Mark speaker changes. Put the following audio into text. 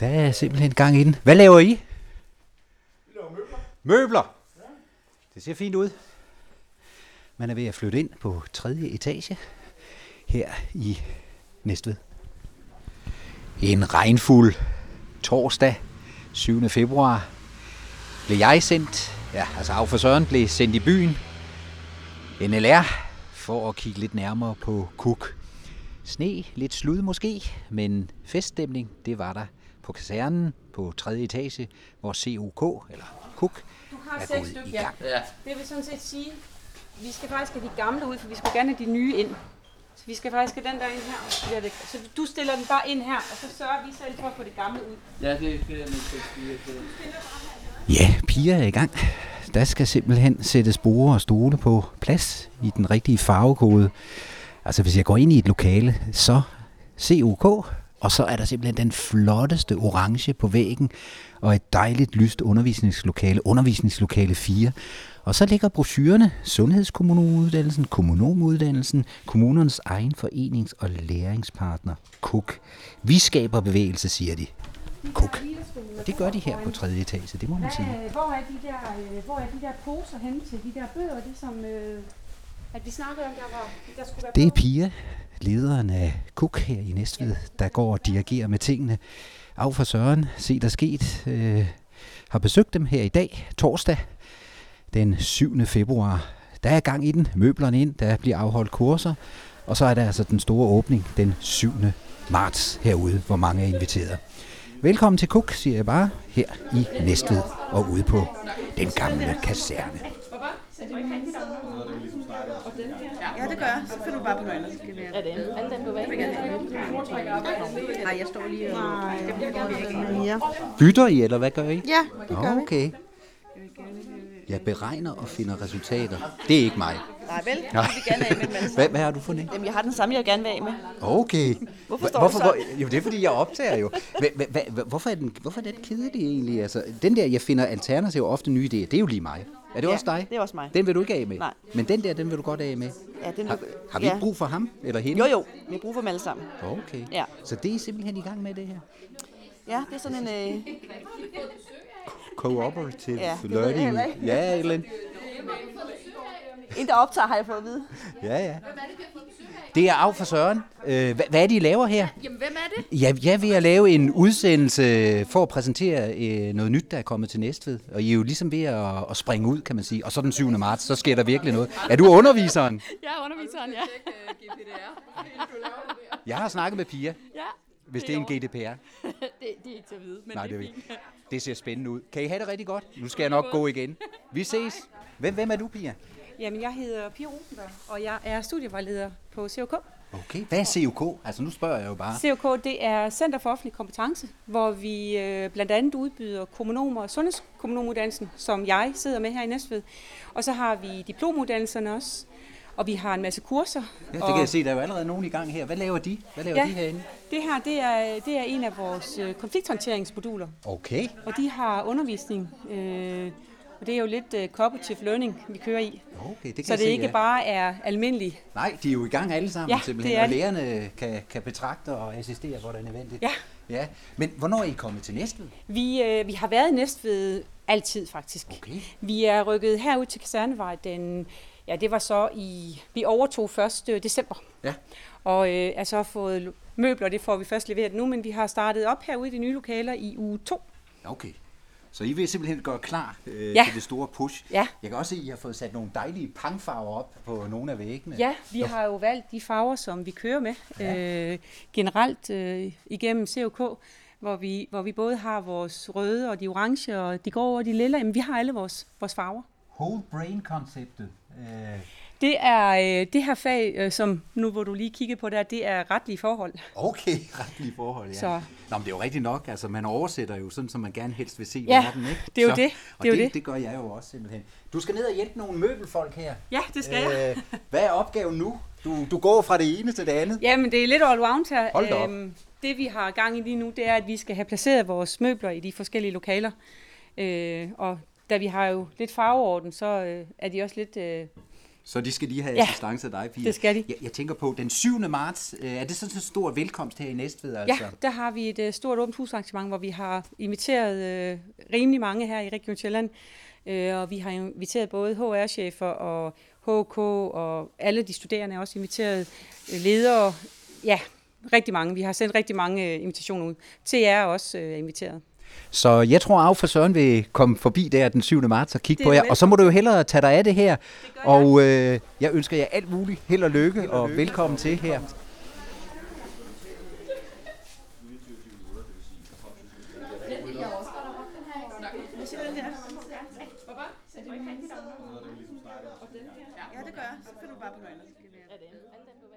Speaker 1: Der er simpelthen gang i den. Hvad laver I?
Speaker 2: Vi laver møbler.
Speaker 1: Møbler! Det ser fint ud. Man er ved at flytte ind på tredje etage her i Næstved. En regnfuld torsdag 7. februar blev jeg sendt, ja, altså af for Søren blev sendt i byen NLR for at kigge lidt nærmere på Cook. Sne, lidt slud måske, men feststemning, det var der på kasernen på 3. etage, hvor COK, eller Cook,
Speaker 3: Du har
Speaker 1: er
Speaker 3: seks
Speaker 1: gået
Speaker 3: stykker,
Speaker 1: i
Speaker 3: ja.
Speaker 1: gang.
Speaker 4: Ja.
Speaker 3: Det vil sådan set sige, vi skal faktisk have de gamle ud, for vi skulle gerne have de nye ind. Så vi skal faktisk have den der ind her. og så bliver det- Så du stiller den bare ind her, og så sørger vi selv for at få det gamle ud.
Speaker 4: Ja, det er det der med 64.
Speaker 1: Ja, piger er i gang. Der skal simpelthen sættes borde og stole på plads i den rigtige farvekode. Altså hvis jeg går ind i et lokale, så COK, og så er der simpelthen den flotteste orange på væggen, og et dejligt lyst undervisningslokale, undervisningslokale 4. Og så ligger brochurerne, Sundhedskommuneuddannelsen, Kommunomuddannelsen, kommunernes egen forenings- og læringspartner, KUK. Vi skaber bevægelse, siger de. KUK. Og det gør de her på tredje etage, det må man sige.
Speaker 3: Hvad, øh, hvor, er de der, øh, hvor er de der poser henne til de der bøger, det som... Øh, at vi snakkede om, der, var, der skulle være
Speaker 1: Det er
Speaker 3: på?
Speaker 1: Pia, lederen af KUK her i Næstved, der går og dirigerer med tingene. Af for Søren, se der sket, øh, har besøgt dem her i dag, torsdag den 7. februar. Der er gang i den, møblerne ind, der bliver afholdt kurser, og så er der altså den store åbning den 7. marts herude, hvor mange er inviteret. Velkommen til KUK, siger jeg bare, her i Næstved og ude på den gamle kaserne.
Speaker 5: Ja, det gør jeg. Så finder du bare på noget andet. Det skal være. Er det andet, Nej, jeg står lige og... Jeg bliver gerne mere.
Speaker 1: Bytter I, eller hvad gør I?
Speaker 5: Ja, det gør vi.
Speaker 1: Okay. Jeg beregner og finder resultater. Det er ikke mig.
Speaker 6: Nej, vel? Nej. Jeg vil gerne af med den
Speaker 1: Hvad, hvad har du fundet?
Speaker 6: Jamen, jeg har den samme, jeg vil gerne vil af med.
Speaker 1: Okay.
Speaker 6: Hvorfor står
Speaker 1: hvorfor,
Speaker 6: du så?
Speaker 1: hvor- Jo, det er fordi, jeg optager jo. Hva, hva, hva, hvorfor, er den, hvorfor er den kedelig egentlig? Altså, den der, jeg finder alternativer ofte nye idéer, det er jo lige mig. Er det
Speaker 6: Ja,
Speaker 1: også dig?
Speaker 6: det er også mig.
Speaker 1: Den vil du ikke af med?
Speaker 6: Nej.
Speaker 1: Men den der, den vil du godt af med?
Speaker 6: Ja, den
Speaker 1: har,
Speaker 6: vil-
Speaker 1: har vi
Speaker 6: ja.
Speaker 1: ikke brug for ham eller hende?
Speaker 6: Jo, jo, vi bruger dem alle sammen.
Speaker 1: Okay.
Speaker 6: Ja.
Speaker 1: Så det er I simpelthen i gang med det her?
Speaker 6: Ja, det er sådan en... Øh,
Speaker 1: Cooperative
Speaker 6: Ja, det ved jeg
Speaker 1: learning.
Speaker 6: heller ikke.
Speaker 1: Ja, Ellen.
Speaker 6: en, der optager, har jeg fået at vide.
Speaker 1: Ja, ja. Det er af for Søren. Øh, hvad, hvad er det, I laver her?
Speaker 7: Jamen, hvem er det?
Speaker 1: Ja, jeg er ved at lave en udsendelse for at præsentere øh, noget nyt, der er kommet til Næstved. Og I er jo ligesom ved at, at springe ud, kan man sige. Og så den 7. marts, så sker der virkelig noget. Er du underviseren?
Speaker 7: Jeg er underviseren, ja.
Speaker 1: Jeg har snakket med Pia,
Speaker 7: ja.
Speaker 1: hvis det er en GDPR.
Speaker 7: Det, det er ikke til at vide, men
Speaker 1: Nej, det er
Speaker 7: det er
Speaker 1: ikke.
Speaker 7: fint.
Speaker 1: Det ser spændende ud. Kan I have det rigtig godt? Nu skal jeg nok gå igen. Vi ses. Hvem, hvem er du, Pia?
Speaker 3: Jamen, jeg hedder Pia Rosenberg, og jeg er studievejleder på COK.
Speaker 1: Okay, hvad er CUK? Altså, nu spørger jeg jo bare.
Speaker 3: COK, det er Center for Offentlig Kompetence, hvor vi øh, blandt andet udbyder kommunomer og sundhedskommunomuddannelsen, som jeg sidder med her i Næstved. Og så har vi diplomuddannelserne også, og vi har en masse kurser.
Speaker 1: Ja, det
Speaker 3: og
Speaker 1: kan jeg se, der er jo allerede nogen i gang her. Hvad laver de? Hvad laver
Speaker 3: Ja.
Speaker 1: de herinde?
Speaker 3: det her, det er, det er en af vores øh, konflikthåndteringsmoduler,
Speaker 1: Okay.
Speaker 3: og de har undervisning. Øh, og det er jo lidt øh, cooperative learning, vi kører i.
Speaker 1: Okay, det kan
Speaker 3: Så
Speaker 1: jeg
Speaker 3: det
Speaker 1: se,
Speaker 3: ikke
Speaker 1: ja.
Speaker 3: bare er almindelig.
Speaker 1: Nej, de er jo i gang alle sammen,
Speaker 3: Ja,
Speaker 1: simpelthen,
Speaker 3: det er
Speaker 1: og
Speaker 3: de.
Speaker 1: lærerne kan, kan betragte og assistere, hvor det er nødvendigt.
Speaker 3: Ja.
Speaker 1: ja. Men hvornår er I kommet til Næstved?
Speaker 3: Vi, øh, vi har været i Næstved altid, faktisk.
Speaker 1: Okay.
Speaker 3: Vi er rykket herud til Kasernevej den... Ja, det var så i... Vi overtog 1. december.
Speaker 1: Ja.
Speaker 3: Og øh, er så fået lo- møbler, det får vi først leveret nu, men vi har startet op herude i de nye lokaler i uge 2.
Speaker 1: Okay. Så I vil simpelthen gøre klar øh,
Speaker 3: Ja.
Speaker 1: til det store push.
Speaker 3: Ja.
Speaker 1: Jeg kan også se, at I har fået sat nogle dejlige pangfarver op på nogle af væggene.
Speaker 3: Ja, vi har jo valgt de farver, som vi kører med øh, generelt øh, igennem COK, hvor vi, hvor vi både har vores røde og de orange og de grå og de lilla. Jamen, vi har alle vores, vores farver.
Speaker 1: Whole brain-konceptet. Øh,
Speaker 3: Det er øh, det her fag, øh, som nu hvor du lige kiggede på der, det er retlige forhold.
Speaker 1: okay, retlige forhold, ja.
Speaker 3: Så-
Speaker 1: Nå, men det er jo rigtigt nok. Altså, man oversætter jo sådan, som man gerne helst vil se
Speaker 3: Ja,
Speaker 1: verden, ikke?
Speaker 3: det er jo
Speaker 1: Så-
Speaker 3: det.
Speaker 1: Og
Speaker 3: Det er jo
Speaker 1: det,
Speaker 3: det.
Speaker 1: det gør jeg jo også simpelthen. Du skal ned og hjælpe nogle møbelfolk her.
Speaker 3: Ja, det skal jeg.
Speaker 1: Øh, hvad er opgaven nu? Du, du går fra det ene til det andet.
Speaker 3: Jamen, det er lidt all round her.
Speaker 1: Hold da op.
Speaker 3: Øhm, det vi har gang i lige nu, det er, at vi skal have placeret vores møbler i de forskellige lokaler. Øh, og da vi har jo lidt farveorden, så øh, er de også lidt øh,
Speaker 1: Så de skal lige have
Speaker 3: Ja,
Speaker 1: assistance af dig, Pia.
Speaker 3: det skal de.
Speaker 1: Jeg, jeg tænker på, den 7. marts, øh, er det sådan en stor velkomst her i Næstved?
Speaker 3: Ja,
Speaker 1: Altså?
Speaker 3: der har vi et øh, stort åbent husarrangement, hvor vi har inviteret øh, rimelig mange her i Region Sjælland. Øh, og vi har inviteret både HR-chefer og HK og alle de studerende er også inviteret øh, ledere. Ja, rigtig mange. Vi har sendt rigtig mange øh, invitationer ud. Til jer også øh, er inviteret.
Speaker 1: Så jeg tror, at for Søren vil komme forbi der den 7. marts og kigge
Speaker 3: Det
Speaker 1: på
Speaker 3: er
Speaker 1: jer.
Speaker 3: vel.
Speaker 1: Og så må du jo hellere tage dig af det her. Det og øh, jeg ønsker jer alt muligt held og lykke, held og, og velkommen til her.
Speaker 5: Hvad siger den der? Ja, det gør jeg. Så finder du bare på noget andet.